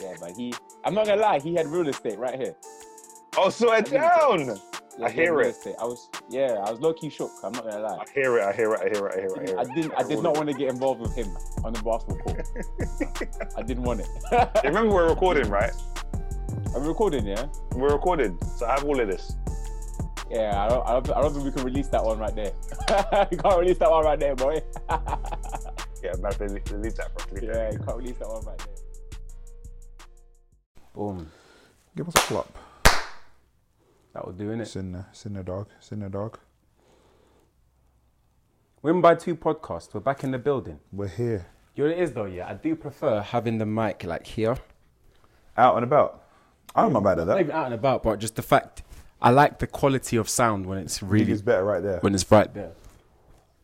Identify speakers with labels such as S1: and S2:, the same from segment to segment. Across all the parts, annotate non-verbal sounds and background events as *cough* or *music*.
S1: Yeah, but he, I'm not gonna lie, he had real estate right here.
S2: Oh, so it's down.
S1: He
S2: I
S1: had real
S2: hear it.
S1: estate. I was, yeah, I was low key shook. I'm not gonna lie.
S2: I hear it. I hear it. I hear it. I hear it. I hear
S1: I
S2: it.
S1: didn't. I did not want to get involved with him on the basketball court.
S2: *laughs*
S1: I didn't want it.
S2: You remember we're recording, right?
S1: *laughs* I'm recording, yeah.
S2: We're recording, so I have all of this.
S1: Yeah, I don't, I don't, I don't think we can release that one right there. *laughs* you can't release that one right there, boy. *laughs*
S2: Yeah, man, delete, delete that from delete
S1: yeah, you can't release that one right there.
S3: Boom.
S4: Give us a clap.
S3: That will do, innit?
S4: It's in there. It's in the dog. It's in the dog.
S3: Win by Two podcast. We're back in the building.
S4: We're here.
S3: You know what it is, though, yeah? I do prefer having the mic, like, here.
S4: Out and about. I'm not bad at
S3: Not
S4: that.
S3: even out and about, but just the fact I like the quality of sound when it's
S4: Really
S3: really,
S4: is better right there.
S3: when it's right there.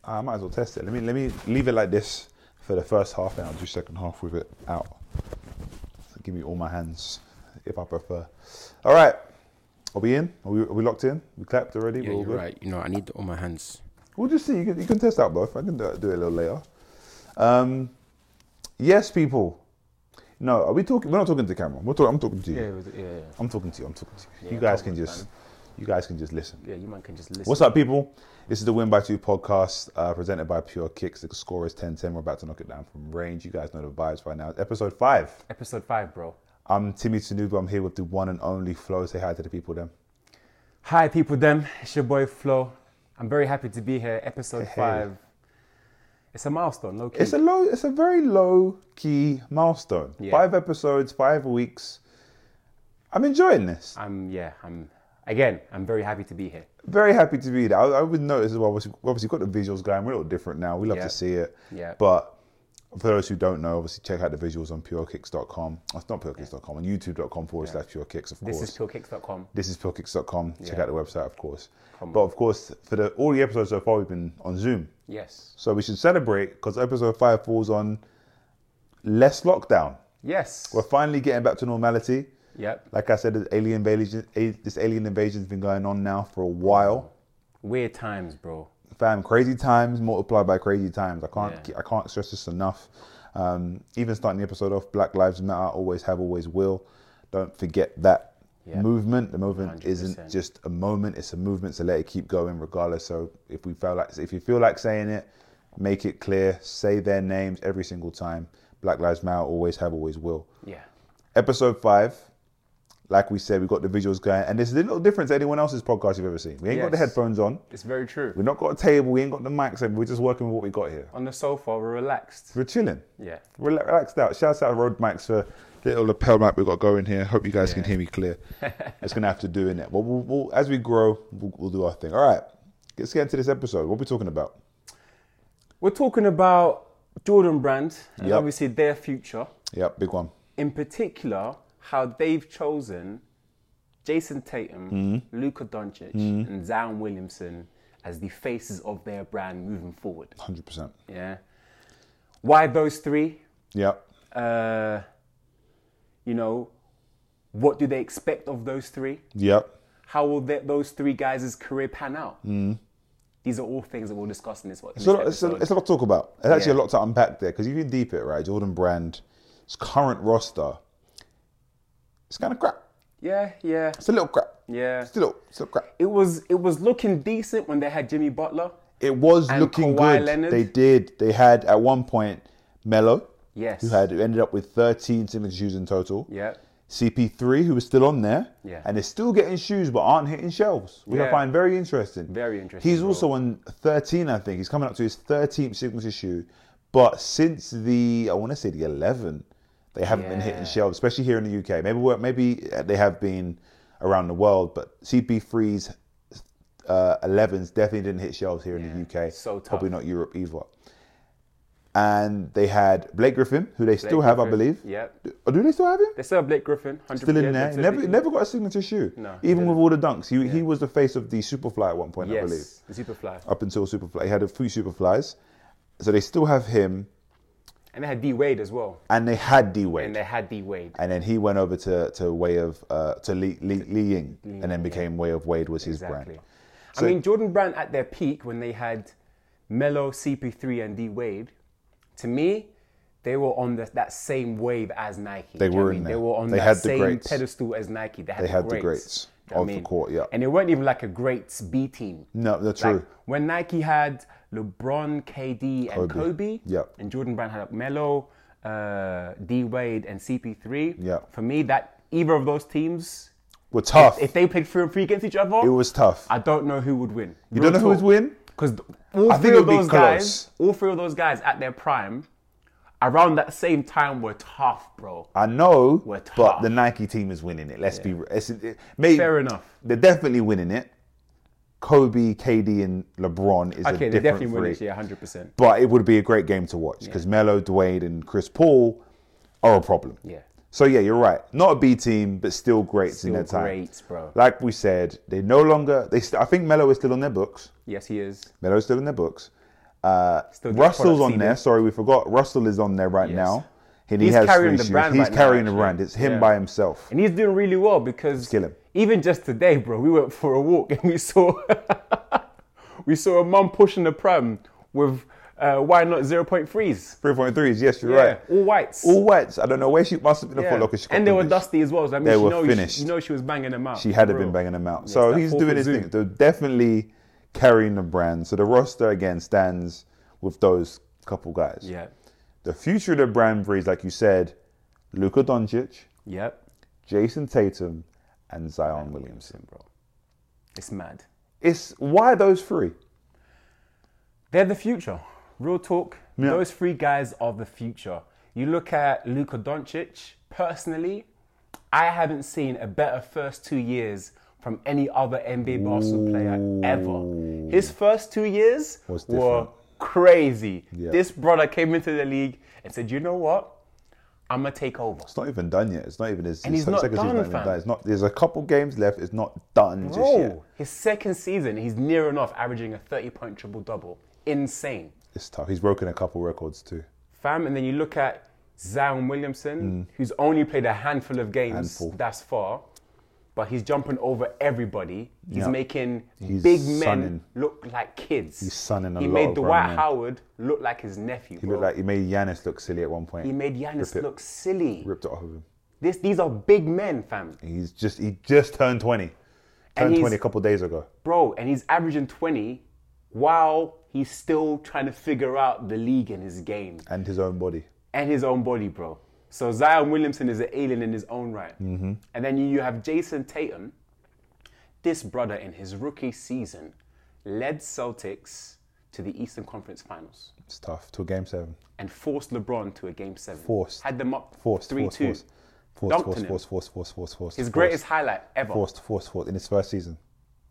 S4: I might as well test it. Let me let me leave it like this for the first half, and I'll do second half with it out. So give me all my hands if I prefer. All right. Are we in? Are we, are we locked in? We clapped already.
S3: Yeah,
S4: We're all
S3: you're
S4: good.
S3: right. You know, I need all my hands.
S4: We'll just see. You can, you can test out both. I can do it, do it a little later. Um, yes, people. No, are we talking? We're not talking to the camera. We're talking, I'm talking to you.
S3: yeah, yeah.
S4: I'm talking to you. I'm talking to you.
S3: Yeah,
S4: you guys
S3: come
S4: can
S3: on,
S4: just, you guys can just listen.
S3: Yeah, you man can just listen.
S4: What's up, people? This is the Win by Two podcast uh, presented by Pure Kicks. The score is 10 10. We're about to knock it down from range. You guys know the vibes by now. It's episode five.
S3: Episode 5, bro.
S4: I'm Timmy Tanuba. I'm here with the one and only Flo. Say hi to the people, then.
S3: Hi, people, them. It's your boy Flo. I'm very happy to be here. Episode
S4: Hey.
S3: 5. It's a milestone, low key.
S4: It's a low, it's a very low key milestone.
S3: Yeah.
S4: Five episodes, five weeks. I'm enjoying this.
S3: I'm, yeah, I'm, again, I'm very happy to be here.
S4: Very happy to be there. I, I would notice as well. Obviously, obviously got the visuals going. We're a little different now. We love
S3: Yeah.
S4: to see it.
S3: Yeah.
S4: But for those who don't know, obviously check out the visuals on purekicks.com. Oh, It's not purekicks.com on YouTube.com forward slash purekicks. Of
S3: This
S4: course.
S3: is pillkicks.com.
S4: this is purekicks.com. Check
S3: Yeah.
S4: out the website, of course. But of course, for the all the episodes so far, we've been on Zoom,
S3: Yes.
S4: so we should celebrate because episode five falls on less lockdown.
S3: Yes.
S4: We're finally getting back to normality.
S3: yep.
S4: Like I said, this alien invasion, a- this alien invasion's been going on now for a while.
S3: Weird times, bro.
S4: fam, crazy times multiplied by crazy times. I can't
S3: Yeah.
S4: I can't stress this enough. Um, even starting the episode off, Black Lives Matter, always have, always will. Don't forget that
S3: Yeah.
S4: movement. The movement is
S3: 100%.
S4: isn't just a moment; it's a movement. So let it keep going, regardless. So if we felt like, if you feel like saying it, make it clear. Say their names every single time. Black Lives Matter, always have, always will
S3: Yeah.
S4: episode five, like we said, we got the visuals going, and there's a little difference to anyone else's podcast you've ever seen. We ain't got the
S3: Yes.
S4: headphones on.
S3: It's very true.
S4: We've not got a table. We ain't got the mics. and We're just working with what we got here.
S3: On the sofa, we're relaxed.
S4: We're chilling.
S3: Yeah.
S4: We're la- relaxed out. Shouts out Road Mics for the little lapel mic we got going here. Hope you guys can
S3: Yeah.
S4: hear me
S3: *laughs*
S4: clear. it's gonna have to do in it. Well, we'll, we'll as we grow, we'll, we'll do our thing. All right, let's get into this episode. What are we talking about?
S3: We're talking about Jordan Brand and
S4: Yep.
S3: obviously their future.
S4: Yep, big one.
S3: In particular, how they've chosen Jason Tatum,
S4: Hmm.
S3: Luka Doncic, and Zion Williamson as the faces of their brand moving forward.
S4: Hundred percent.
S3: Yeah. Why those three?
S4: Yep.
S3: Uh, you know, what do they expect of those three?
S4: Yep.
S3: how will th those three guys' career pan out? These are all things that we'll discuss in this one.
S4: Hmm. It's a, lot, it's, a, it's a lot to talk about. There's actually
S3: Yeah.
S4: a lot to unpack there because if you deep it, right, Jordan Brand's current roster, it's kind of crap.
S3: yeah, yeah,
S4: It's a little crap.
S3: yeah.
S4: It's a little, it's a little crap.
S3: It was it was looking decent when they had Jimmy Butler.
S4: It was
S3: And
S4: looking
S3: Kawhi
S4: good.
S3: Leonard?
S4: They did. They had at one point Melo,
S3: Yes.
S4: who had who ended up with 13 signature shoes in total.
S3: Yeah.
S4: CP3, who was still on there,
S3: Yeah.
S4: and is still getting shoes but aren't hitting shelves, which
S3: Yeah.
S4: I find very interesting.
S3: Very interesting,
S4: He's
S3: bro.
S4: also on 13, I think. He's coming up to his 13th signature shoe, but since the I want to say the 11, they haven't been hitting
S3: Yeah.
S4: shelves, especially here in the UK. Maybe we're- maybe they have been around the world, but CP3's uh, 11s definitely didn't hit shelves here in the
S3: Yeah,
S4: UK.
S3: so tough.
S4: Probably not Europe either. And they had Blake Griffin, who they still have, I
S3: Griffin,
S4: believe.
S3: yep.
S4: Do- Or do they still have him?
S3: They still have Blake Griffin. 100
S4: still in there. Never, never got a signature shoe.
S3: No, he
S4: Even with
S3: didn't.
S4: all the dunks, he, he was the face of the Superfly at one point, I believe. Oh.
S3: Yes, Superfly.
S4: Up until Superfly, he had a few Superflies, so they still have him,
S3: And they had D Wade as well.
S4: and they had D
S3: And
S4: Wade, and,
S3: they had D Wade.
S4: then he went over to to way of uh, to Lee, Lee, Lee Ying, and then became way of Wade was his
S3: Exactly.
S4: brand.
S3: I mean, Jordan Brand at their peak when they had Melo, CP3, and D Wade. To me, they were on the, that same wave as Nike.
S4: They
S3: Do you know
S4: were
S3: what I
S4: in
S3: mean?
S4: there.
S3: They were on
S4: They
S3: that
S4: had the
S3: same
S4: greats.
S3: pedestal as Nike. They had,
S4: They
S3: the,
S4: had the
S3: greats.
S4: greats
S3: Do you know
S4: of
S3: what I
S4: the
S3: mean?
S4: court, yeah.
S3: And they weren't even like a greats B team.
S4: No, that's
S3: Like,
S4: true.
S3: When Nike had LeBron, KD, and
S4: Kobe.
S3: Kobe,
S4: Yep.
S3: and Jordan Brand had Melo, uh, D Wade, and CP3.
S4: Yep.
S3: For me, that either of those teams,
S4: We're tough.
S3: if they played three and three against each other,
S4: it was tough.
S3: I don't know who would win.
S4: you don't know who would win?
S3: Because all
S4: I think
S3: three
S4: it
S3: of
S4: would be
S3: those guys,
S4: close.
S3: all three of those guys at their prime, around that same time were tough, bro.
S4: I know,
S3: We're
S4: but
S3: tough.
S4: the Nike team is winning it. Let's be re- it's, it, maybe,
S3: Fair enough.
S4: They're definitely winning it. Kobe, KD, and LeBron is
S3: Okay,
S4: a
S3: they
S4: different
S3: definitely win
S4: three.
S3: this year, hundred percent.
S4: But it would be a great game to watch because Melo, Dwayne, and Chris Paul are a problem.
S3: Yeah.
S4: So yeah, you're right. Not a B team, but still greats in
S3: Still
S4: their time.
S3: greats, bro.
S4: Like we said, they no longer. They. St- I think Melo is still on their books.
S3: Yes, he is.
S4: Melo's still in their books. Uh,
S3: Still gets
S4: Russell's
S3: product
S4: on there.
S3: seeded.
S4: Sorry, we forgot. Russell is on there right
S3: Yes.
S4: now. And
S3: He's carrying the brand
S4: He's
S3: right now,
S4: carrying the
S3: actually.
S4: brand. It's him
S3: Yeah.
S4: by himself.
S3: And he's doing really well because
S4: kill him.
S3: even just today, bro, we went for a walk *laughs* and we saw we saw a mum pushing the pram with uh, why not 0.3s.
S4: Three point threes. Yes, you're
S3: Yeah,
S4: right.
S3: all whites.
S4: All whites. I don't know where she must have been a
S3: Yeah.
S4: yeah. footlocker. She got
S3: and they were
S4: finished.
S3: dusty as well. So I mean,
S4: They
S3: she
S4: were
S3: knows-
S4: finished.
S3: You know, she was banging them out.
S4: She had
S3: for
S4: been
S3: real.
S4: banging them out.
S3: Yes,
S4: so
S3: that
S4: he's
S3: fourth
S4: doing
S3: and
S4: his
S3: Zoom.
S4: thing. They're definitely carrying the brand. So the roster again stands with those couple guys.
S3: Yeah.
S4: The future of the brand breeds, like you said, Luka Doncic,
S3: Yep.
S4: Jason Tatum, and Zion Williamson.
S3: bro. It's mad.
S4: It's why those three?
S3: They're the future. Real talk.
S4: Yeah.
S3: Those three guys are the future. You look at Luka Doncic, personally, I haven't seen a better first two years from any other NBA basketball player ever. His first two years
S4: Was
S3: were
S4: different.
S3: crazy.
S4: Yeah.
S3: This brother came into the league and said, you know what? I'm going to take over.
S4: It's not even done yet. It's not even his,
S3: And
S4: his
S3: he's not
S4: second
S3: done,
S4: season's not even
S3: fam.
S4: done. It's not. There's a couple games left. It's not done just yet.
S3: Bro, his second season, he's near enough averaging a 30 point triple double. Insane.
S4: It's tough. He's broken a couple records too.
S3: Fam, and then you look at Zion Williamson, who's only played a handful of games
S4: Mm. Handful.
S3: thus far, but he's jumping over everybody. He's
S4: Yeah.
S3: making
S4: He's
S3: big men
S4: sunning.
S3: look like kids.
S4: He's sunning a
S3: He
S4: lot
S3: made
S4: of grown
S3: Dwight
S4: men.
S3: Howard look like his nephew.
S4: He
S3: bro.
S4: looked like he made Giannis look silly at one point.
S3: he made Giannis
S4: Rip it.
S3: look silly.
S4: ripped it off of him.
S3: This, these are big men, fam.
S4: He's just he just turned twenty. Turned
S3: he's-
S4: twenty a couple days ago.
S3: bro, and he's averaging 20 while he's still trying to figure out the league and his game
S4: And his own body.
S3: and his own body, bro. So Zion Williamson is an alien in his own right.
S4: Mm-hmm.
S3: And then you have Jason Tatum. This brother in his rookie season led Celtics to the Eastern Conference Finals
S4: It's tough. Till game seven.
S3: and forced LeBron to a game seven.
S4: Forced.
S3: Had them up
S4: Forced.
S3: 3
S4: forced,
S3: 2.
S4: Forced. Forced,
S3: Dunked
S4: forced,
S3: on him.
S4: forced, forced, forced, forced, forced.
S3: His
S4: forced,
S3: greatest highlight ever.
S4: Forced, forced, forced in his first season.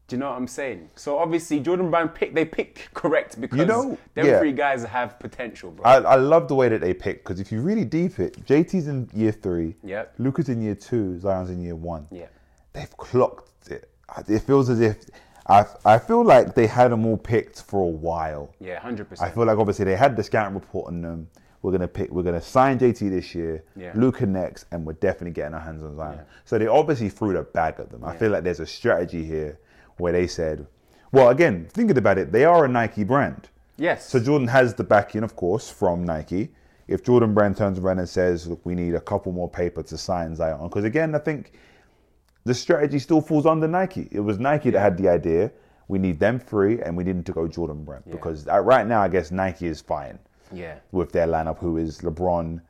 S3: Do you know what I'm saying? So obviously Jordan Brand picked they picked correct because
S4: know-
S3: them
S4: yeah.
S3: three guys have potential, bro.
S4: I, I love the way that they pick because if you really deep it, JT's in year three,
S3: Yep.
S4: Luca's in year two, Zion's in year one.
S3: Yeah.
S4: They've clocked it. I- It feels as if I, I feel like they had them all picked for a while.
S3: Yeah, hundred
S4: I
S3: percent.
S4: feel like obviously they had the scouting report on them. We're gonna pick. We're gonna sign JT this year.
S3: Yeah.
S4: Luca next, and we're definitely getting our hands on Zion. So they obviously threw the bag at them. I feel like there's a strategy here where they said, well, again, thinking about it, they are a Nike brand.
S3: Yes.
S4: So Jordan has the backing, of course, from Nike. If Jordan Brand turns around and says, "Look, we need a couple more paper to sign Zion," because again, I think the strategy still falls under Nike. It was Nike that had the idea. We need them three, and we needed to go Jordan Brand because uh, right now, I guess Nike is fine
S3: yeah.
S4: with their lineup, who is LeBron,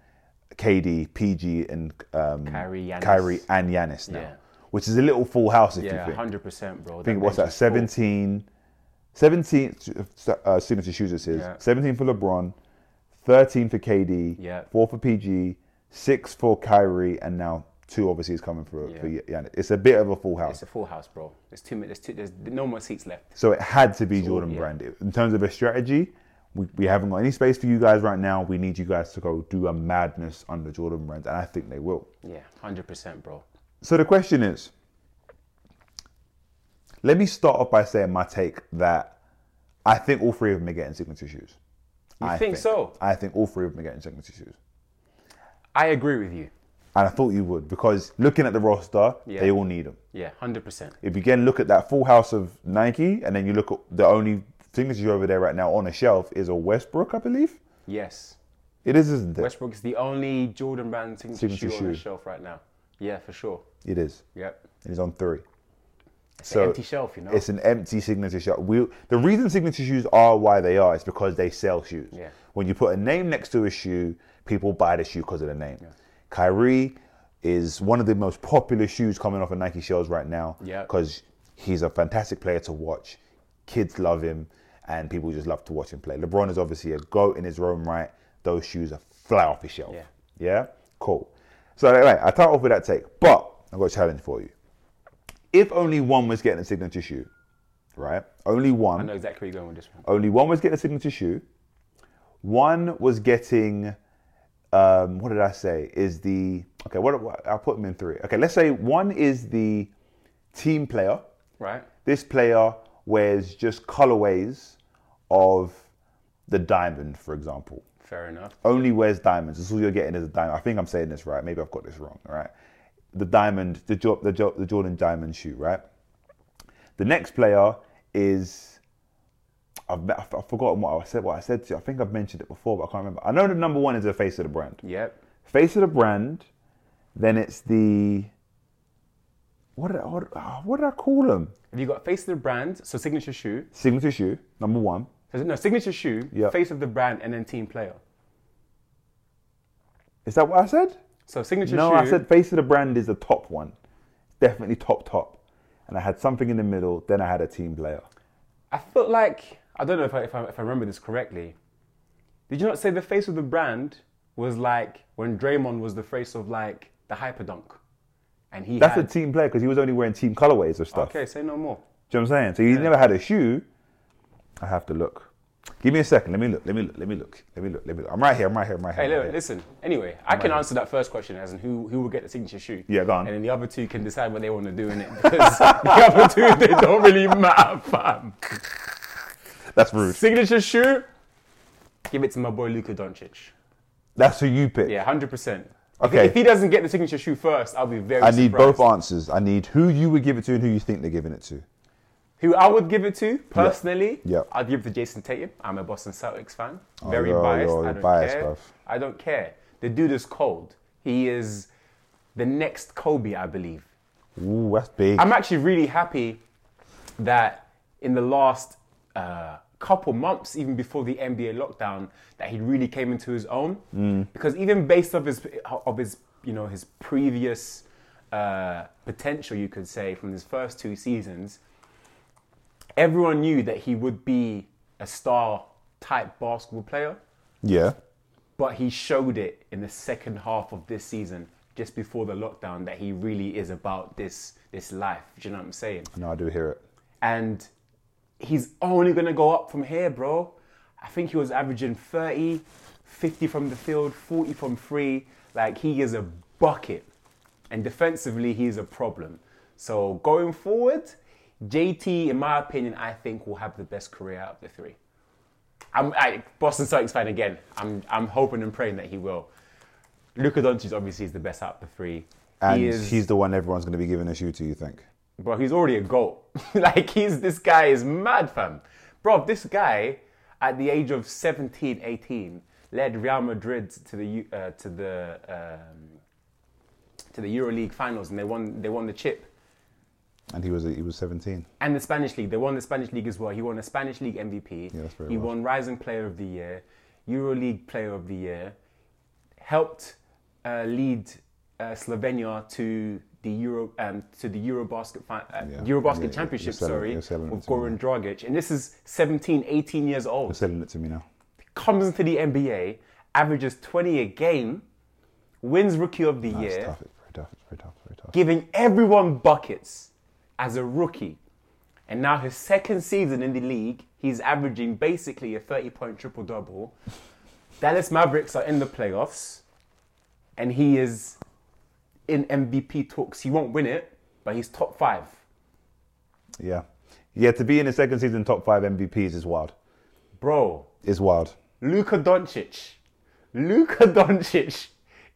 S4: KD, PG, and um,
S3: Kyrie, Giannis.
S4: Kyrie and Giannis now,
S3: Yeah.
S4: which is a little full house if you
S3: Yeah,
S4: think.
S3: hundred percent, bro.
S4: I think what's that?
S3: bench is full.
S4: 17, 17 uh, signature shoes. This is
S3: Yeah.
S4: 17 for LeBron, 13 for KD,
S3: Yeah.
S4: 4 for PG, 6 for Kyrie, and now two obviously is coming for, for
S3: Yeah.
S4: Giannis. It's a bit of a full house.
S3: It's a full house, bro. There's two. mi- There's two. There's no more seats left.
S4: So it had to be Jordan
S3: yeah.
S4: Brand. In terms of a strategy, we, we haven't got any space for you guys right now. We need you guys to go do a madness under Jordan Brand, and I think they will.
S3: Yeah, hundred percent, bro.
S4: So the question is, let me start off by saying my take that I think all three of them are getting signature shoes.
S3: You think so?
S4: I think all three of them are getting signature shoes.
S3: I agree with you.
S4: And I thought you would because looking at the roster,
S3: Yeah.
S4: they all need them.
S3: Yeah, hundred percent.
S4: If you again look at that full house of Nike, and then you look at the only signature shoe over there right now on a shelf is a Westbrook, I believe.
S3: Yes.
S4: It is, isn't it?
S3: Westbrook is the only Jordan brand signature,
S4: Signature
S3: shoe on the
S4: shoe.
S3: shelf right now. Yeah, for sure.
S4: It is.
S3: Yep.
S4: And he's on three.
S3: It's
S4: So,
S3: an empty shelf, you know.
S4: It's an empty signature shot. We, the reason signature shoes are why they are is because they sell shoes.
S3: Yeah.
S4: When you put a name next to a shoe, people buy the shoe because of the name. Kyrie is one of the most popular shoes coming off of Nike shelves right now
S3: Yeah.
S4: because he's a fantastic player to watch. Kids love him and people just love to watch him play. LeBron is obviously a goat in his own right. Those shoes are fly off the shelf.
S3: Yeah.
S4: Yeah? Cool. So anyway, I start off with that take, but I've got a challenge for you. If only one was getting a signature shoe, right? Only
S3: I know
S4: one.
S3: exactly where you're going with this one.
S4: Only one was getting a signature shoe. One was getting. Um, what did I say? Is the okay? What, what I'll put them in three. Okay, let's say one is the team player.
S3: Right?
S4: This player wears just colorways of the diamond, for example
S3: Fair enough.
S4: only wears diamonds. That's all you're getting is a diamond. I think I'm saying this right. Maybe I've got this wrong. all Right. The diamond, the, jo- the, jo- the Jordan diamond shoe. Right. The next player is. I've, me- I've I've forgotten what I said. What I said to you. I think I've mentioned it before, but I can't remember. I know the number one is the face of the brand.
S3: Yep.
S4: Face of the brand. Then it's the. What did I, what, ah, what did I call them?
S3: Have you got face of the brand, so signature shoe?
S4: Signature shoe number one.
S3: so- No, signature shoe,
S4: Yeah.
S3: face of the brand, and then team player.
S4: Is that what I said?
S3: So signature
S4: No,
S3: shoe.
S4: I said face of the brand is the top one. Definitely top, top. And I had something in the middle, then I had a team player.
S3: I felt like I don't know if I, if I if I remember this correctly. Did you not say the face of the brand was like when Draymond was the face of like the hyperdunk, and he
S4: That's
S3: had,
S4: a team player because he was only wearing team colorways of stuff.
S3: okay. Say no more.
S4: Do you know what I'm saying? So he never had a shoe. I have to look. Give me a second. Let me look. Let me look. Let me look. Let me look. Let me look. I'm right here. I'm right here. I'm right here.
S3: Hey,
S4: I'm right
S3: look,
S4: here.
S3: listen. Anyway, I can answer that first question as in who who will get the signature shoe.
S4: Yeah, go on.
S3: And then the other two can decide what they want to do in it because *laughs* the other two they don't really matter, fam.
S4: That's rude.
S3: Signature shoe. Give it to my boy Luka Doncic.
S4: That's who you pick.
S3: Yeah, hundred percent.
S4: Okay.
S3: If he doesn't get the signature shoe first, I'll be very.
S4: I need
S3: surprised.
S4: both answers. I need who you would give it to and who you think they're giving it to.
S3: Who I would give it to personally,
S4: Yeah.
S3: I'd give it to Jason Tatum. I'm a Boston Celtics fan. Very
S4: you're-
S3: biased.
S4: you're
S3: I don't
S4: biased,
S3: care.
S4: bruv.
S3: I don't care. The dude is cold. He is the next Kobe, I believe.
S4: Ooh, that's big.
S3: I'm actually really happy that in the last uh, couple months, even before the NBA lockdown, that he really came into his own. Because even based off his of his you know his previous uh, potential, you could say from his first two seasons, everyone knew that he would be a star type basketball player
S4: yeah.
S3: but he showed it in the second half of this season, just before the lockdown, that he really is about this this life. Do you know what I'm saying?
S4: No, I do hear it.
S3: And he's only gonna go up from here, bro. I think he was averaging 30, 50 from the field, 40 from three. Like he is a bucket. And defensively, he's a problem. So going forward, JT, in my opinion, I think will have the best career out of the three. I'm I, Boston Celtics fan again. I'm I'm hoping and praying that he will. Luka Doncic obviously is the best out of the three.
S4: And
S3: he is,
S4: he's the one everyone's going to be giving a shoe to, you think?
S3: bro. He's already a goat. *laughs* like he's this guy is mad, fam. Bro, this guy at the age of 17, 18 led Real Madrid to the U- uh, to the um, to the EuroLeague finals, and they won they won the chip.
S4: And he was he was 17.
S3: And the Spanish league, they won the Spanish league as well. He won the Spanish league MVP.
S4: Yeah, that's very
S3: he
S4: well.
S3: won Rising Player of the Year, EuroLeague Player of the Year, helped uh, lead uh, Slovenia to the Euro um, to the Eurobasket fi- uh,
S4: Yeah.
S3: Eurobasket
S4: Yeah, yeah,
S3: Championship.
S4: you're selling-
S3: sorry,
S4: you're selling
S3: with
S4: it to me.
S3: Goran Dragic, and this is 17, 18 years old
S4: You're selling it to me now.
S3: comes into the NBA, averages 20 a game, wins Rookie of the
S4: It's
S3: Year,
S4: tough. It's very tough. It's very tough. Very tough.
S3: giving everyone buckets as a rookie. And now his second season in the league, he's averaging basically a 30 point triple double. Dallas Mavericks are in the playoffs, and he is in MVP talks. He won't win it, but he's top five.
S4: Yeah. Yeah, to be in the second season top five MVPs is wild.
S3: Bro,
S4: Is wild.
S3: Luka Doncic. Luka *laughs* Doncic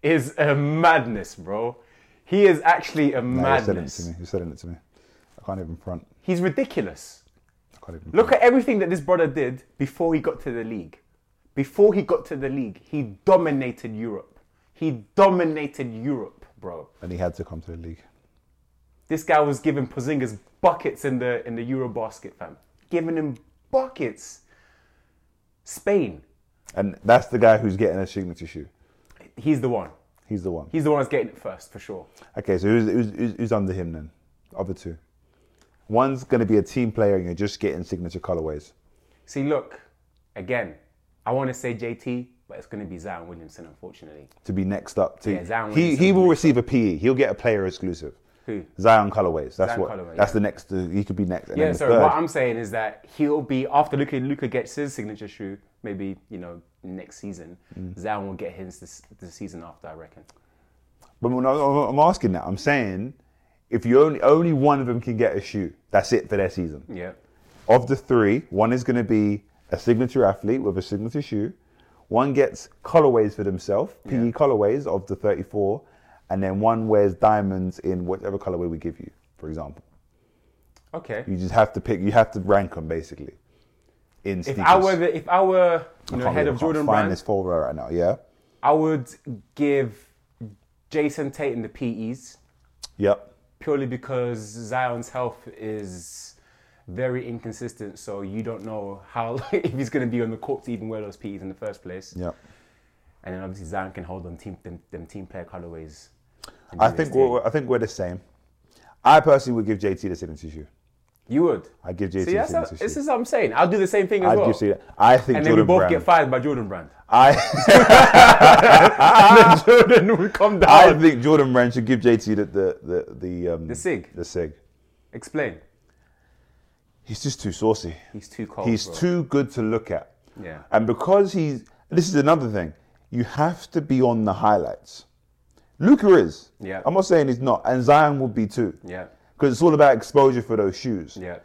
S3: is a madness, bro. He is actually a
S4: No, you're selling it to
S3: madness.
S4: me. You're selling it to me. I can't even front.
S3: He's ridiculous.
S4: I can't even
S3: Look
S4: front.
S3: at everything that this brother did before he got to the league. Before he got to the league, he dominated Europe. He dominated Europe, bro.
S4: and he had to come to the league.
S3: This guy was giving Porzingis buckets in the in the Eurobasket, fam. Giving him buckets. Spain,
S4: And that's the guy who's getting a signature shoe.
S3: he's the one.
S4: He's the one.
S3: He's the one that's getting it first for sure.
S4: Okay, so who's, who's, who's, who's under him then? Other two. One's going to be a team player and you're just getting signature colorways.
S3: See, look, again, I want to say JT, but it's going to be Zion Williamson, unfortunately.
S4: to be next up to.
S3: Yeah, Zion
S4: he
S3: Williamson
S4: he
S3: will
S4: will
S3: be
S4: receive a PE. He'll get a player exclusive.
S3: Who?
S4: Zion Colorways. That's
S3: Zion
S4: what.
S3: Colorway,
S4: that's
S3: yeah.
S4: the next. uh, He could be next. And
S3: Yeah,
S4: then the
S3: sorry.
S4: third,
S3: What I'm saying is that he'll be after Luca. Luca gets his signature shoe. Maybe you know next season,
S4: Mm.
S3: Zion will get his this, the season after. I reckon.
S4: but when I- I'm asking that. I'm saying if you only only one of them can get a shoe, that's it for their season.
S3: Yeah.
S4: Of the three, one is going to be a signature athlete with a signature shoe. One gets colorways for themselves, PE colorways of the 34, and then one wears diamonds in whatever colorway we give you. For example,
S3: Okay.
S4: you just have to pick. You have to rank them basically. In
S3: If
S4: sneakers.
S3: I were the, if I were you know,
S4: Can't
S3: head of
S4: believe I can't
S3: Jordan
S4: find
S3: Brand,
S4: this folder right now. Yeah.
S3: I would give Jason Tatum the PEs
S4: Yep.
S3: purely because Zion's health is very inconsistent. So you don't know how *laughs* if he's going to be on the court to even wear those PEs in the first place.
S4: Yep.
S3: And then obviously Zion can hold on team them, them team player colorways. and do
S4: I
S3: his
S4: think
S3: thing.
S4: we're I think we're the same. I personally would give JT the signature shoe.
S3: You would.
S4: I give
S3: See,
S4: JT the
S3: that's how-
S4: signature
S3: this
S4: shoe.
S3: is what I'm saying. I'll do the same thing as
S4: I'd
S3: well.
S4: give C. I think
S3: and then we
S4: Jordan
S3: both
S4: Brand.
S3: get fired by Jordan Brand. *laughs*
S4: I
S3: Jordan will come down.
S4: I think Jordan Brand should give JT the the the the, um, the
S3: sig.
S4: The sig.
S3: Explain.
S4: He's just too saucy.
S3: He's too cold.
S4: He's
S3: Oh, bro.
S4: too good to look at.
S3: Yeah.
S4: And because he's this is another thing. You have to be on the highlights. Luca is.
S3: Yeah.
S4: I'm not saying he's not, and Zion will be too.
S3: Yeah.
S4: Because it's all about exposure for those shoes.
S3: Yeah.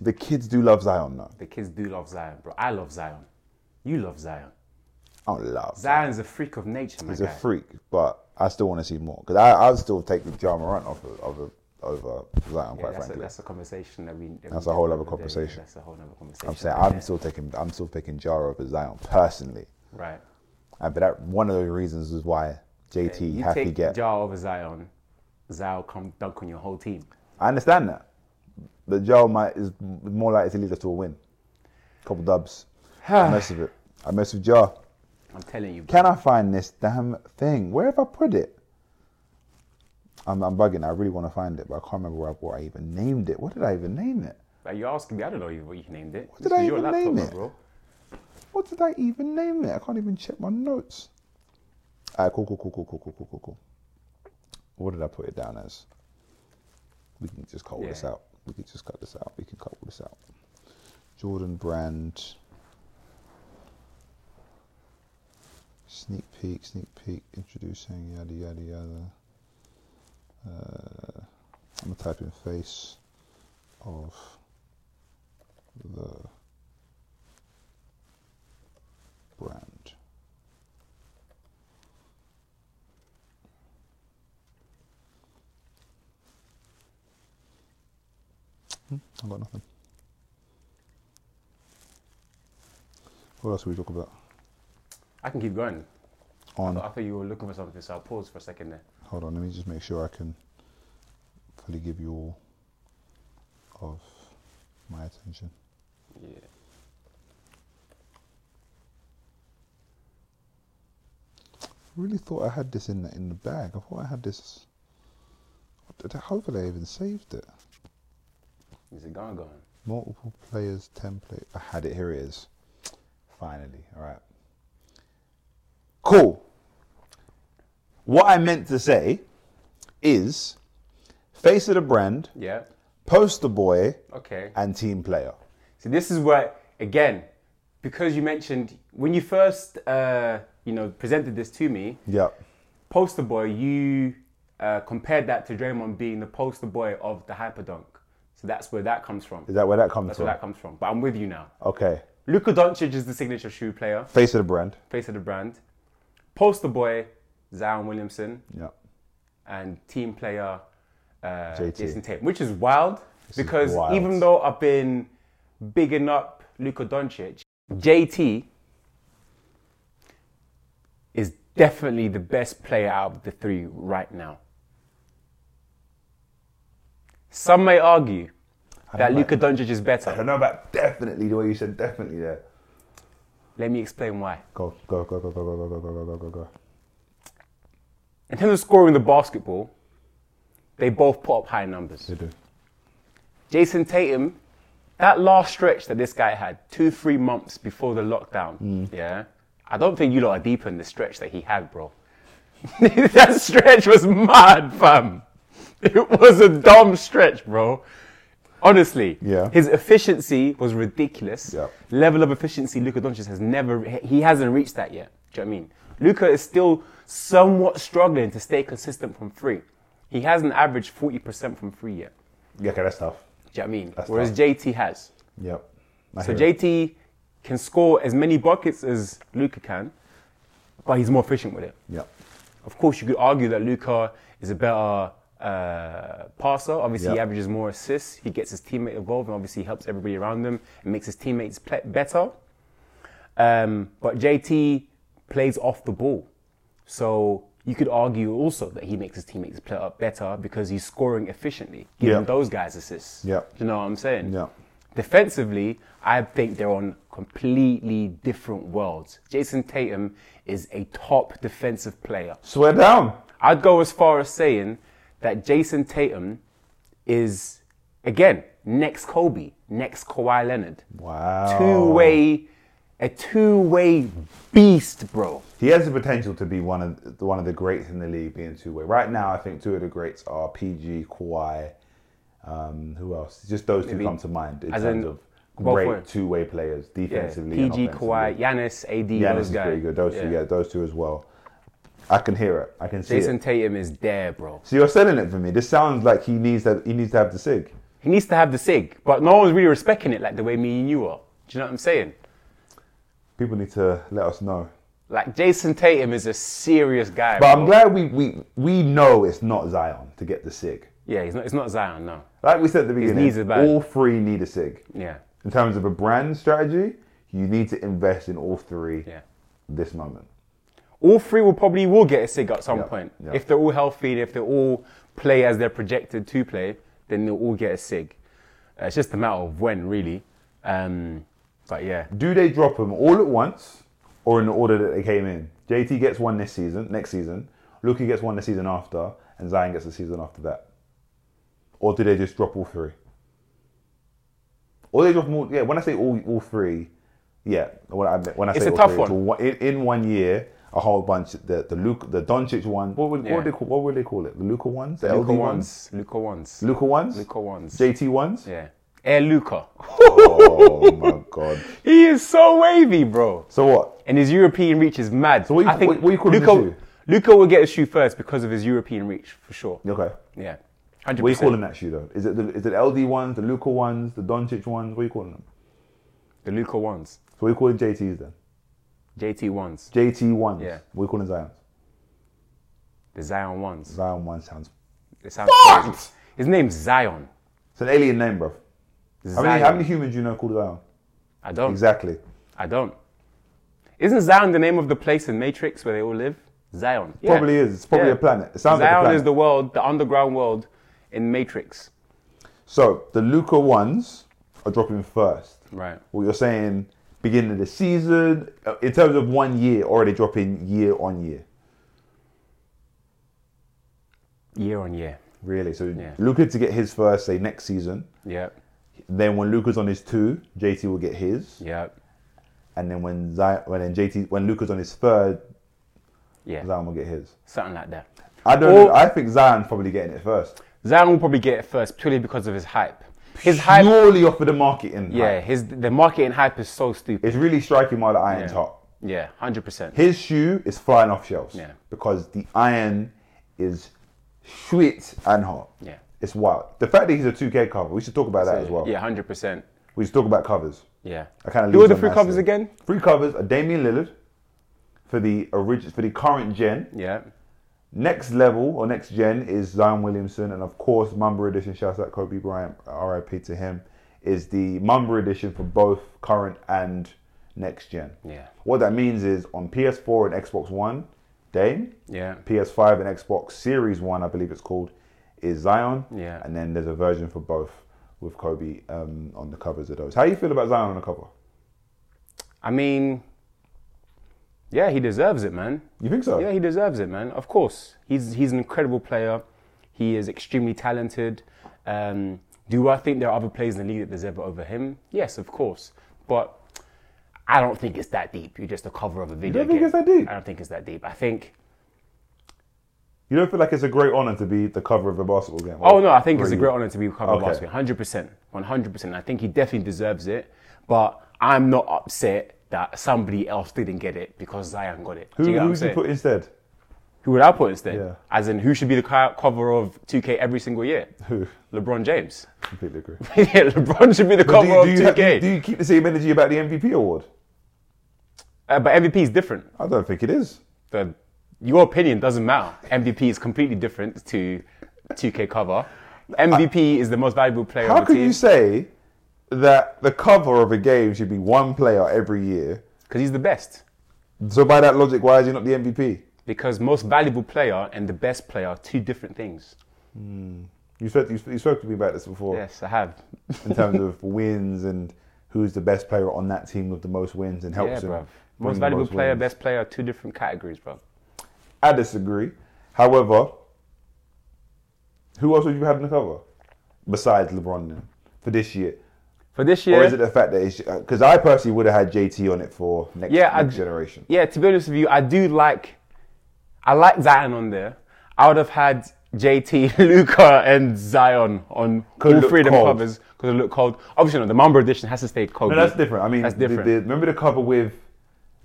S4: The kids do love Zion though.
S3: The kids do love Zion, bro. I love Zion. You love Zion.
S4: I don't love. Zion.
S3: Zion's a freak of nature, my
S4: He's
S3: guy.
S4: a freak, but I still want to see more because I I'd still take the Ja Morant off of, over over Zion.
S3: yeah,
S4: quite
S3: that's, a,
S4: frankly,
S3: that's a conversation that we. that we
S4: That's a
S3: did
S4: whole
S3: the
S4: other
S3: day.
S4: conversation.
S3: That's a whole other conversation.
S4: I'm saying
S3: right
S4: I'm
S3: there.
S4: still taking I'm still picking Ja over Zion personally,
S3: Right.
S4: and for that one of the reasons is why JT
S3: You
S4: have to
S3: take
S4: get.
S3: Ja over Zion, Zion come dunk on your whole team.
S4: I understand that, but Ja might is more likely to lead us to a win.
S3: *sighs*
S4: Couple dubs. I mess with it. I mess with Ja.
S3: I'm telling you. bro.
S4: Can I find this damn thing? Where have I put it? I'm, I'm bugging. I really want to find it, but I can't remember where I, what I even named it. What did I even name it?
S3: Like you're asking me, I don't know even what you named it. What
S4: did I even name it?
S3: Bro.
S4: What did I even name it? I can't even check my notes. All right, cool, cool, cool, cool, cool, cool, cool, cool, cool. What did I put it down as? We can just cut all this
S3: Yeah.
S4: out. We can just cut this out. We can cut all this out. Jordan Brand. Sneak peek, sneak peek, introducing, yada, yada, yada. Uh, I'm going to type in face of the brand. Hmm, I've got nothing. What else will we talk about?
S3: I can keep going.
S4: On
S3: Oh, I thought you were looking for something, so I'll pause for a second there.
S4: Hold on, let me just make sure I can fully give you all of my attention.
S3: Yeah.
S4: Really thought I had this in the, in the bag. I thought I had this. Did I- Hopefully, I even saved it.
S3: Is it gone? Gone.
S4: Multiple players template. I had it. Here it is. Finally. All right. Cool. What I meant to say is face of the brand,
S3: Yeah.
S4: poster boy,
S3: Okay.
S4: and team player.
S3: So this is where, again, because you mentioned when you first, uh, you know, presented this to me,
S4: Yep.
S3: poster boy, you uh, compared that to Draymond being the poster boy of the hyperdunk. So that's where that comes from.
S4: Is that where that comes
S3: That's
S4: from?
S3: where that comes from. But I'm with you now.
S4: Okay.
S3: Luka Doncic is the signature shoe player,
S4: Face of the brand.
S3: face of the brand. Poster boy, Zion Williamson,
S4: Yeah.
S3: and team player uh,
S4: JT.
S3: Jason Tatum, which is wild
S4: is
S3: because
S4: wild.
S3: even though I've been bigging up Luka Doncic, JT is definitely the best player out of the three right now. Some may argue that
S4: know,
S3: Luka Doncic is
S4: I don't
S3: better.
S4: know about definitely the way you said definitely there.
S3: Let me explain why.
S4: Go, go, go, go, go, go, go, go, go, go, go, go.
S3: In terms of scoring the basketball, they both put up high numbers.
S4: They do.
S3: Jason Tatum, that last stretch that this guy had, two, three months before the lockdown,
S4: Hmm.
S3: yeah, I don't think you lot are deep in the stretch that he had, bro. *laughs* that stretch was mad, fam. It was a dumb stretch, bro. Honestly,
S4: Yeah.
S3: his efficiency was ridiculous.
S4: Yeah.
S3: Level of efficiency, Luka Doncic has never, he hasn't reached that yet. Do you know what I mean? Luka is still somewhat struggling to stay consistent from three. He hasn't averaged 40% from three yet.
S4: Yeah, okay, that's tough.
S3: Do you know what I mean?
S4: That's
S3: Whereas
S4: tough.
S3: JT has.
S4: Yep. I
S3: So
S4: hear it.
S3: JT can score as many buckets as Luca can, but he's more efficient with it.
S4: Yep.
S3: Of course, you could argue that Luca is a better uh, passer. Obviously, he
S4: Yeah.
S3: averages more assists. He gets his teammate involved, and obviously he helps everybody around him and makes his teammates play better. Um, but JT plays off the ball, so you could argue also that he makes his teammates play up better because he's scoring efficiently, giving
S4: Yeah.
S3: those guys assists.
S4: Yeah.
S3: Do you know what I'm saying?
S4: Yeah.
S3: Defensively, I think they're on completely different worlds. Jason Tatum is a top defensive player.
S4: Swear down.
S3: I'd go as far as saying that Jason Tatum is, again, next Kobe, next Kawhi Leonard.
S4: Wow.
S3: Two-way, a two-way beast, bro.
S4: He has the potential to be one of the, one of the greats in the league, being two way. Right now, I think two of the greats are PG, Kawhi. Um, who else? Just those two come to mind in
S3: as
S4: terms
S3: in
S4: of
S3: both
S4: great
S3: way.
S4: two way players
S3: Yeah.
S4: defensively. and
S3: PG, Kawhi,
S4: offensively.
S3: Giannis, AD,
S4: Giannis
S3: those
S4: is
S3: guys.
S4: pretty good. Those two, yeah, those two as well. I can hear it. I can see
S3: Jason
S4: it.
S3: Tatum is there, bro.
S4: So you're selling it for me. This sounds like he needs to he needs to have the sig.
S3: He needs to have the sig, but no one's really respecting it like the way me and you are. Do you know what I'm saying?
S4: People need to let us know.
S3: Like Jason Tatum is a serious guy.
S4: But
S3: bro.
S4: I'm glad we we, we know it's not Zion to get the sig.
S3: yeah, he's not. It's not Zion, no.
S4: Like we said at the
S3: knees are
S4: beginning,
S3: bad.
S4: all three need a sig.
S3: Yeah,
S4: In terms of a brand strategy, you need to invest in all three
S3: yeah.
S4: this moment.
S3: All three will probably will get a sig at some
S4: Yeah,
S3: point
S4: yeah.
S3: if they're all healthy and if they all play as they're projected to play. Then they'll all get a sig. Uh, it's just a matter of when, really. Um, but yeah,
S4: Do they drop them all at once or in the order that they came in? JT gets one this season, next season. Luka gets one the season after, and Zion gets the season after that. Or do they just drop all three? Or they drop more? Yeah, when I say all, all three, yeah. When I when I say
S3: It's a
S4: all
S3: tough
S4: three,
S3: one.
S4: one- in, in one year, a whole bunch. The the Luke the Doncic one. What would,
S3: Yeah.
S4: what, would they call, what would they call it? The Luka ones. The
S3: Luca
S4: LD ones.
S3: ones. Luca ones.
S4: Luka ones.
S3: Luca ones. *laughs*
S4: JT ones.
S3: yeah. Air
S4: *laughs*
S3: Luca.
S4: Oh my god.
S3: he is so wavy, bro.
S4: So what?
S3: and his European reach is mad. So
S4: what you- what- what you calling the
S3: Luca,
S4: shoe?
S3: Luca will get his shoe first because of his European reach for sure.
S4: Okay.
S3: Yeah, hundred
S4: What are you
S3: percent.
S4: calling that shoe though? Is it the is it LD ones, the Luca ones, the Doncic ones? What are you calling them?
S3: The Luca ones,
S4: So what are you calling JTs then?
S3: JT ones,
S4: JT ones.
S3: Yeah.
S4: What are you calling Zion?
S3: the Zion ones.
S4: Zion one sounds.
S3: It sounds crazy. His name's Zion.
S4: It's an alien name, bro. How
S3: Zion.
S4: many, how many humans do you know called Zion?
S3: I don't.
S4: Exactly.
S3: I don't. Isn't Zion the name of the place in Matrix where they all live? Zion. Yeah.
S4: Probably is. It's probably
S3: Yeah.
S4: a planet. It sounds
S3: Zion
S4: like a planet.
S3: is the world, the underground world in Matrix.
S4: So the Luca ones are dropping first.
S3: Right.
S4: What you're saying, beginning of the season, uh, in terms of one year, already dropping year on year.
S3: Year on year.
S4: Really? So
S3: Yeah.
S4: Luca to get his first, say next season.
S3: Yeah.
S4: Then when Luca's on his two, JT will get his.
S3: Yeah.
S4: and then when Zion, when then JT, when Luca's on his third,
S3: Yeah.
S4: Zion will get his.
S3: Something like that.
S4: I don't.
S3: Or-
S4: know. I think Zion's probably getting it first.
S3: Zion will probably get it first purely because of his hype. His hype,
S4: Purely off of the marketing.
S3: yeah, his the marketing hype is so stupid.
S4: it's really striking while the iron's
S3: Yeah.
S4: hot.
S3: Yeah, hundred percent.
S4: His shoe is flying off shelves.
S3: Yeah.
S4: Because the iron is sweet and hot.
S3: Yeah.
S4: It's wild. The fact that he's a 2K cover, we should talk about that as well.
S3: Yeah, hundred percent.
S4: We should talk about covers.
S3: Yeah.
S4: I kind of
S3: Who are the three covers again?
S4: Three covers are Damian Lillard for the origin for the current gen.
S3: Yeah.
S4: Next level or next gen is Zion Williamson, and of course, Mamba edition. Shouts out Kobe Bryant, RIP to him. Is the Mamba edition for both current and next gen.
S3: Yeah.
S4: What that means is on PS4 and Xbox One, Dame.
S3: Yeah.
S4: PS5 and Xbox Series One, I believe it's called, is Zion.
S3: Yeah.
S4: And then there's a version for both with Kobe um, on the covers of those. How you feel about Zion on the cover?
S3: I mean, yeah, he deserves it, man.
S4: You think so?
S3: Yeah, he deserves it, man. Of course, he's he's an incredible player. He is extremely talented. Um, do I think there are other players in the league that deserve it over him? Yes, of course. But I don't think it's that deep. You're just the cover of a video.
S4: don't think
S3: game.
S4: it's that deep?
S3: I don't think it's that deep. I think.
S4: You don't feel like it's a great honor to be the cover of a basketball game?
S3: Oh no, I think it's a
S4: Really?
S3: great honor to be cover
S4: Okay.
S3: basket. Hundred percent, one hundred percent. I think he definitely deserves it. But I'm not upset that somebody else didn't get it because Zion got it.
S4: Who,
S3: Do you get what
S4: who
S3: I'm
S4: would you
S3: saying?
S4: put instead?
S3: Who would I put instead?
S4: Yeah.
S3: As in, who should be the co- cover of 2K every single year?
S4: Who?
S3: LeBron James. *laughs*
S4: Completely agree.
S3: yeah, LeBron should be the cover
S4: do, you, do, you
S3: of
S4: have-
S3: 2K.
S4: do you keep the same energy about the MVP award?
S3: Uh, but MVP is different.
S4: I don't think it is.
S3: The, your opinion doesn't matter. MVP is completely different to 2K cover. MVP is the most valuable player
S4: How
S3: on the
S4: can
S3: team
S4: you say that the cover of a game should be one player every year?
S3: because he's the best.
S4: So by that logic, why is he not the MVP?
S3: Because most valuable player and the best player are two different things.
S4: You spoke, you, you spoke to me about this before
S3: Yes, I
S4: *laughs*
S3: have.
S4: in terms
S3: *laughs*
S4: of wins and who's the best player on that team with the most wins and helps
S3: yeah,
S4: him.
S3: bro.
S4: win
S3: Most
S4: uh, the
S3: valuable
S4: most
S3: player,
S4: wins.
S3: best player, are two different categories, bro.
S4: I disagree. However, who else would you have in the cover besides LeBron then for this year?
S3: For this year,
S4: Or is it the fact that it's because I personally would have had JT on it for next,
S3: Yeah, I-
S4: next generation?
S3: Yeah, to be honest with you, I do like, I like Zion on there. I would have had *laughs* JT, Luca, and Zion on all
S4: look
S3: three of them
S4: cold.
S3: covers because it looked cold. Obviously, no, the Mamba edition has to stay cold.
S4: No, that's different. I mean,
S3: that's
S4: the-
S3: different.
S4: the- remember the cover with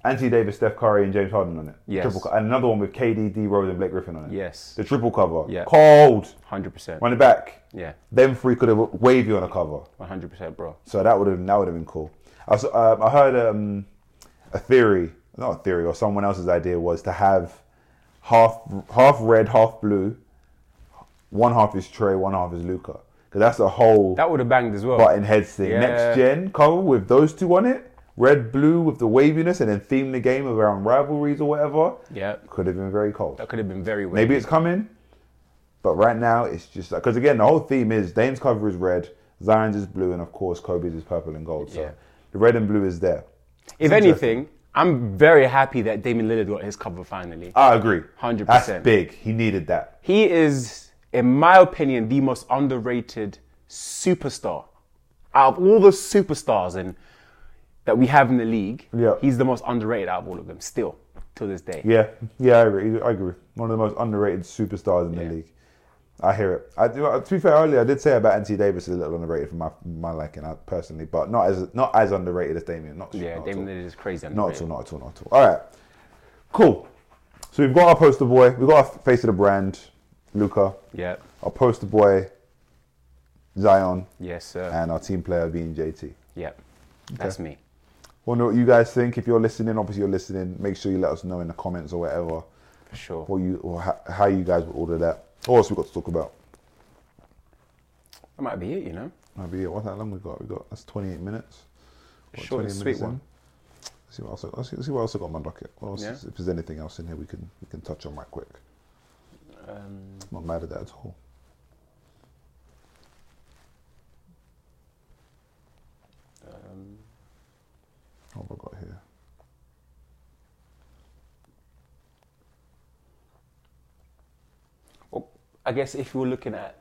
S4: Anthony Davis, Steph Curry, and James Harden on it.
S3: Yes.
S4: Triple, co- and another one with KD, D Rose, and Blake Griffin on it.
S3: Yes.
S4: The triple cover.
S3: Yeah.
S4: Cold.
S3: Hundred percent.
S4: Run it back.
S3: Yeah,
S4: Them three could have waved you on a cover.
S3: one hundred percent, bro.
S4: So that would have that would have been cool. I, was, um, I heard um, a theory, not a theory, or someone else's idea was to have half half red, half blue. One half is Trey, one half is Luca, because that's a whole
S3: That would have banged as well.
S4: button heads thing.
S3: Yeah.
S4: Next gen cover with those two on it, red, blue with the waviness, and then theme the game around rivalries or whatever.
S3: yeah,
S4: Could have been very cold.
S3: that could have been very weird.
S4: Maybe it's coming, but right now it's just because again the whole theme is Dame's cover is red, Zion's is blue, and of course Kobe's is purple and gold. So
S3: Yeah.
S4: the red and blue is there.
S3: if anything, I'm very happy that Damon Lillard got his cover finally.
S4: I agree.
S3: 100%.
S4: That's big. He needed that.
S3: He is, in my opinion, the most underrated superstar. Out of all the superstars and that we have in the league,
S4: Yeah.
S3: he's the most underrated out of all of them, still, till this day.
S4: Yeah, yeah, I agree. I agree. One of the most underrated superstars in the
S3: Yeah.
S4: league. I hear it. I do. uh, To be fair, earlier I did say about Anthony Davis is a little underrated for my my liking, I, personally, but not as not as underrated as Damien. Not
S3: Yeah,
S4: not at all.
S3: Damon Lillard is crazy.
S4: Not at
S3: underrated.
S4: all, not at all, not at all. All right. Cool. So we've got our poster boy, we've got our face of the brand, Luca,
S3: Yeah.
S4: our poster boy, Zion,
S3: Yes, sir.
S4: and our team player being JT.
S3: yeah. That's me.
S4: Wonder what you guys think. If you're listening, obviously you're listening. Make sure you let us know in the comments or whatever
S3: For sure.
S4: what you or how, how you guys would order that. What else we got to talk about?
S3: that might be it, you know?
S4: That'll be it. What's that long we got? We got that's 28 minutes. What,
S3: Short and
S4: 20
S3: sweet
S4: minutes in?
S3: one.
S4: Let's see what else. I- Let's see, let's see what else I got on my docket. What else
S3: Yeah.
S4: is- if there's anything else in here, we can we can touch on right quick.
S3: Um,
S4: I'm not mad at that at all.
S3: um,
S4: What have I got here?
S3: Well, I guess if we were looking at,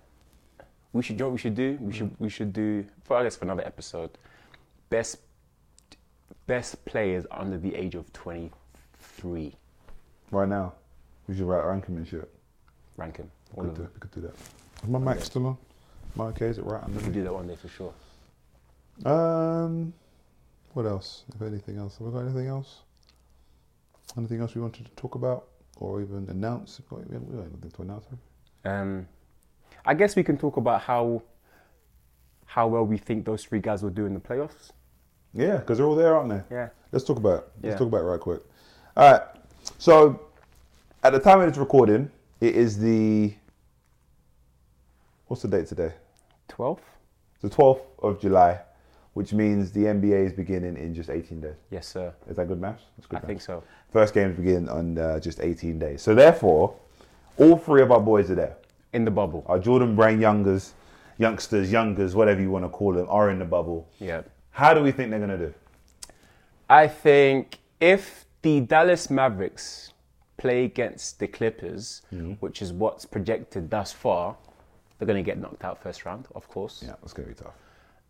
S3: we should. You know what we should do? We should. We should do. For I guess for another episode, best best players under the age of twenty three.
S4: Right now, we should write ranking and shit.
S3: Rank 'em,
S4: We
S3: All
S4: could,
S3: of
S4: do,
S3: them.
S4: we could do that. Is my mic still on? My okay, is it right
S3: We could
S4: under
S3: do that one day for sure.
S4: me? Um, what else? If anything else, have we got anything else? Anything else we wanted to talk about or even announce? We haven't we haven't got anything to announce. have we?
S3: Um, I guess we can talk about how how well we think those three guys will do in the playoffs.
S4: Yeah, because they're all there, aren't they?
S3: Yeah.
S4: Let's talk about it. Let's
S3: Yeah.
S4: talk about it right quick. All right. So, at the time of this recording, it is the. What's the date today?
S3: Twelfth.
S4: the 12th of July, which means the NBA is beginning in just 18 days.
S3: Yes, sir.
S4: Is that good maths? That's good
S3: I think
S4: maths.
S3: so.
S4: First games begin on uh, just 18 days. So therefore, all three of our boys are there.
S3: In the bubble.
S4: Our Jordan Brand youngers, youngsters, youngers, whatever you want to call them, are in the bubble.
S3: Yeah.
S4: How do we think they're going to do?
S3: I think if the Dallas Mavericks play against the Clippers,
S4: Mm-hmm.
S3: which is what's projected thus far, they're going to get knocked out first round, of course.
S4: Yeah, it's going to be tough.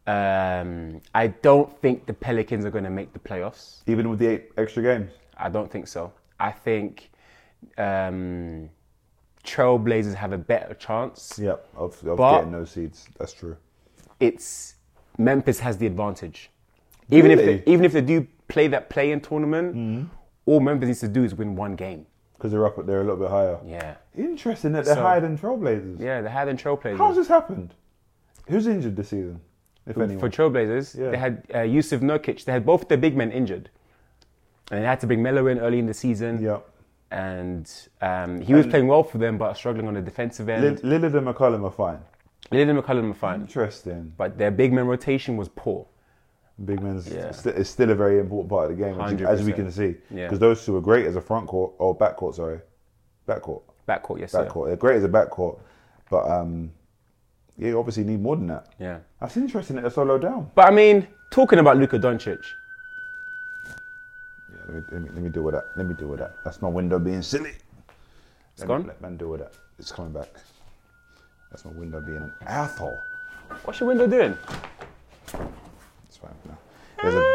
S3: Um, I don't think the Pelicans are going to make the playoffs.
S4: Even with the eight extra games.
S3: I don't think so. I think um, Trailblazers have a better chance.
S4: Yeah, of, of
S3: But-
S4: getting no seeds. That's true.
S3: It's Memphis has the advantage. Even
S4: Really? Mm-hmm.
S3: if they, even if they do play that play-in tournament, all Memphis needs to do is win one game.
S4: Because they're up, they're a little bit higher.
S3: Yeah,
S4: Interesting that they're
S3: So-
S4: higher than Trailblazers.
S3: yeah. They had in
S4: How's
S3: Trailblazers
S4: this happened? Who's injured this season, if anyone?
S3: for Trailblazers.
S4: Yeah.
S3: They had uh, Yusuf Nurkic. They had both their big men injured, and they had to bring Melo in early in the season.
S4: yeah.
S3: and um, he was playing well for them, but struggling on the defensive
S4: Lil-
S3: end.
S4: Lillard and McCollum are fine.
S3: Lillard and McCollum are fine,
S4: Interesting.
S3: but their big man rotation was poor.
S4: Big men's
S3: Yeah.
S4: st- is still a very important part of the game, as, you- as we can see.
S3: 100%. Yeah.
S4: Because those two are great as a front court, or back court, sorry. Back court.
S3: Backcourt, yes,
S4: Back
S3: sir.
S4: court. They're great as a back court. But um, yeah, you obviously need more than that.
S3: Yeah,
S4: That's interesting that they're so low down.
S3: but I mean, talking about Luka Doncic,
S4: Yeah, let, me, let, me, let me deal with that. Let me deal with that. That's my window being silly.
S3: it's gone.
S4: Let man deal with that. It's coming back. That's my window being an asshole.
S3: What's your window doing?
S4: It's fine for now. There's a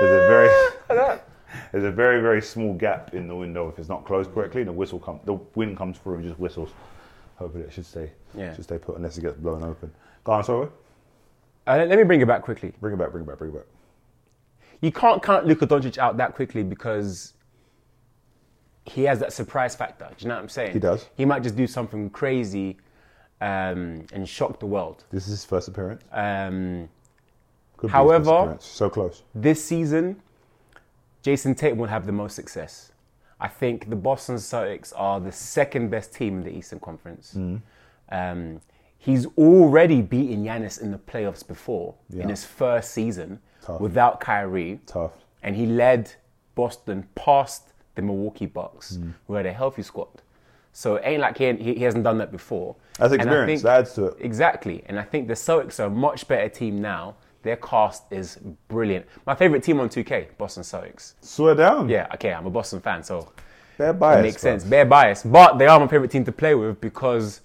S4: there's a very *laughs* there's a very very small gap in the window if it's not closed correctly. The whistle comes, the wind comes through and just whistles. Hopefully it should stay
S3: Yeah.
S4: should stay put unless it gets blown open. Go on, sorry.
S3: Uh, let- let me bring it back quickly.
S4: Bring it back, bring it back, bring it back.
S3: You can't count Luka Doncic out that quickly because he has that surprise factor. Do you know what I'm saying?
S4: He does.
S3: He might just do something crazy um, and shock the world.
S4: This is his first appearance.
S3: Um,
S4: Could be his first
S3: However-
S4: appearance. so close.
S3: this season, Jason Tatum will have the most success. I think the Boston Celtics are the second best team in the Eastern Conference.
S4: Mm.
S3: Um, he's already beaten Giannis in the playoffs before in
S4: Yeah.
S3: his first season without Kyrie,
S4: Tough.
S3: and he led Boston past the Milwaukee Bucks,
S4: Hmm.
S3: who had a healthy squad. So it ain't like he, ain't- he, he hasn't done that before.
S4: That's
S3: And I
S4: experience.
S3: think-
S4: that adds to it.
S3: Exactly. And I think the Celtics are a much better team now. Their cast is brilliant. My favorite team on 2K, Boston Celtics.
S4: Swear down.
S3: Yeah, okay, I'm a Boston fan, so
S4: Bare bias.
S3: it makes
S4: bro.
S3: sense. They're biased, but they are my favorite team to play with because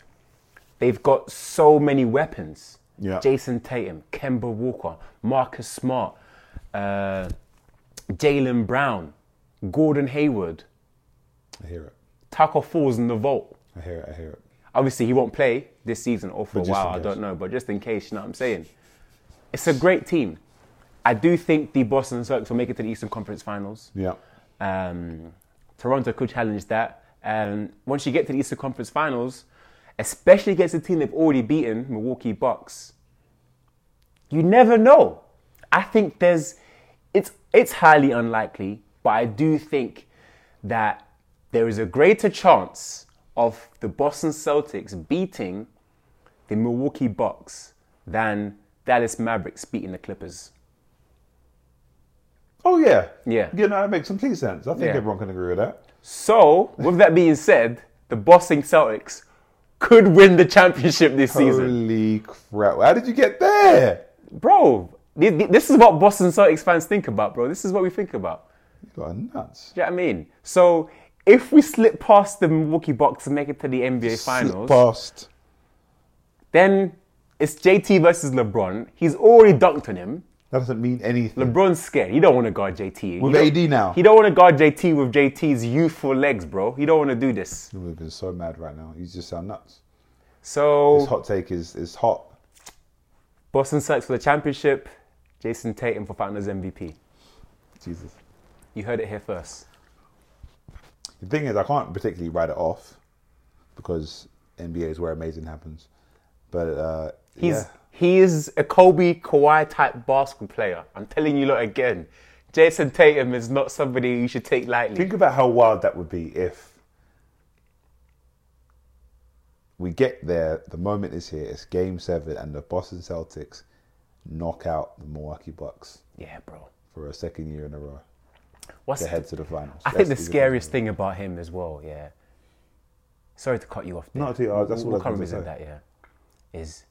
S3: they've got so many weapons.
S4: Yeah.
S3: Jason Tatum, Kemba Walker, Marcus Smart, uh, Jalen Brown, Gordon Hayward,
S4: I hear it.
S3: Taco Falls in the vault.
S4: I hear it. I hear it.
S3: Obviously, he won't play this season or for a
S4: But just
S3: while.
S4: in
S3: I
S4: case.
S3: don't know, but just in case, you know what I'm saying. It's a great team. I do think the Boston Celtics will make it to the Eastern Conference Finals.
S4: Yeah.
S3: Um, Toronto could challenge that. Um, once you get to the Eastern Conference Finals, especially against a team they've already beaten, Milwaukee Bucks, you never know. I think there's, it's it's highly unlikely, but I do think that there is a greater chance of the Boston Celtics beating the Milwaukee Bucks than Dallas Mavericks beating the Clippers.
S4: Oh yeah.
S3: Yeah.
S4: You know that makes complete sense. I think
S3: Yeah.
S4: everyone can agree with that.
S3: So, with that being said, the Boston Celtics could win the championship this season.
S4: Holy crap! How did you get there?
S3: Bro, th- th- this is what Boston Celtics fans think about, bro. This is what we think about.
S4: You are nuts.
S3: Do you know what I mean? So, if we slip past the Milwaukee Bucks and make it to the NBA Finals,
S4: Past.
S3: then it's JT versus LeBron. He's already dunked on him.
S4: That doesn't mean anything.
S3: LeBron's scared. You don't want to guard JT.
S4: With
S3: You don't-
S4: AD now.
S3: He don't want to guard JT with JT's youthful legs, bro. He don't want to do this.
S4: We've been so mad right now. You just sound nuts.
S3: So
S4: This hot take is, is hot.
S3: Boston Celtics for the championship, Jason Tatum for Finals MVP.
S4: Jesus.
S3: You heard it here first.
S4: The thing is, I can't particularly write it off because NBA is where amazing happens. But uh,
S3: He's
S4: yeah.
S3: he is a Kobe Kawhi type basketball player. I'm telling you, look again, Jason Tatum is not somebody you should take lightly.
S4: Think about how wild that would be if we get there, the moment is here, it's game seven, and the Boston Celtics knock out the Milwaukee Bucks
S3: Yeah, bro.
S4: for a second year in a row
S3: What's
S4: to head to the finals.
S3: I think the
S4: That's
S3: scariest thing about him as well, yeah. Sorry to cut you off.
S4: No,
S3: Dave.
S4: I think, uh, that's
S3: We'll-
S4: what I was
S3: we'll cover
S4: gonna say.
S3: that, yeah. Is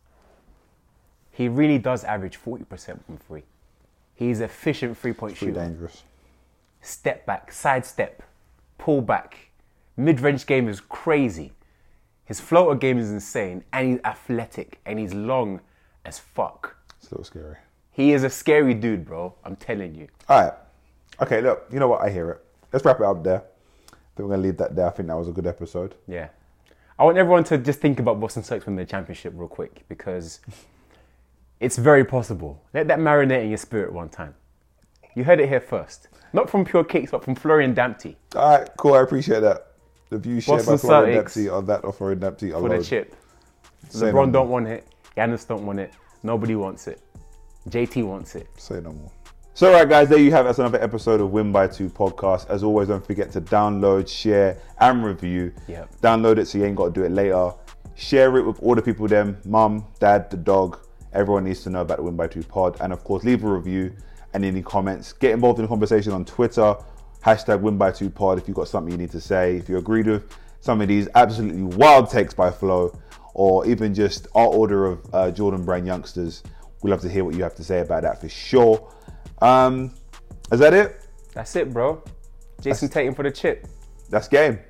S3: he really does average forty percent from three? He's efficient three-point
S4: Pretty
S3: shooter.
S4: dangerous.
S3: Step back, side step, pull back. Mid-range game is crazy. His floater game is insane, and he's athletic, and he's long as fuck.
S4: It's a little scary.
S3: He is a scary dude, bro. I'm telling you.
S4: All right. Okay, look, you know what? I hear it. Let's wrap it up there. I think we're going to leave that there. I think that was a good episode.
S3: Yeah. I want everyone to just think about Boston Celtics winning the championship real quick because *laughs* it's very possible. Let that marinate in your spirit one time. You heard it here first. Not from Pure Kicks, but from Florian Dampty
S4: All right, cool. I appreciate that. The view shared by
S3: Boston
S4: Florian
S3: Celtics.
S4: Dempsey on that of Florian Dempsey
S3: for
S4: alone.
S3: the chip.
S4: Say no
S3: LeBron
S4: more.
S3: don't want it. Giannis don't want it. Nobody wants it. JT wants it.
S4: Say no more. So, all right, guys, there you have it. That's another episode of Win by Two podcast. As always, don't forget to download, share, and review.
S3: Yep.
S4: Download it so you ain't got to do it later. Share it with all the people, them mum, dad, the dog. Everyone needs to know about the Win by Two pod. And of course, leave a review and any comments. Get involved in the conversation on Twitter. Hashtag Win by Two pod if you've got something you need to say. If you agreed with some of these absolutely wild takes by Flo, or even just our order of uh, Jordan Brand youngsters, we'd love to hear what you have to say about that for sure. Um, is that it?
S3: That's it, bro. Jason Tatum for the chip.
S4: That's game.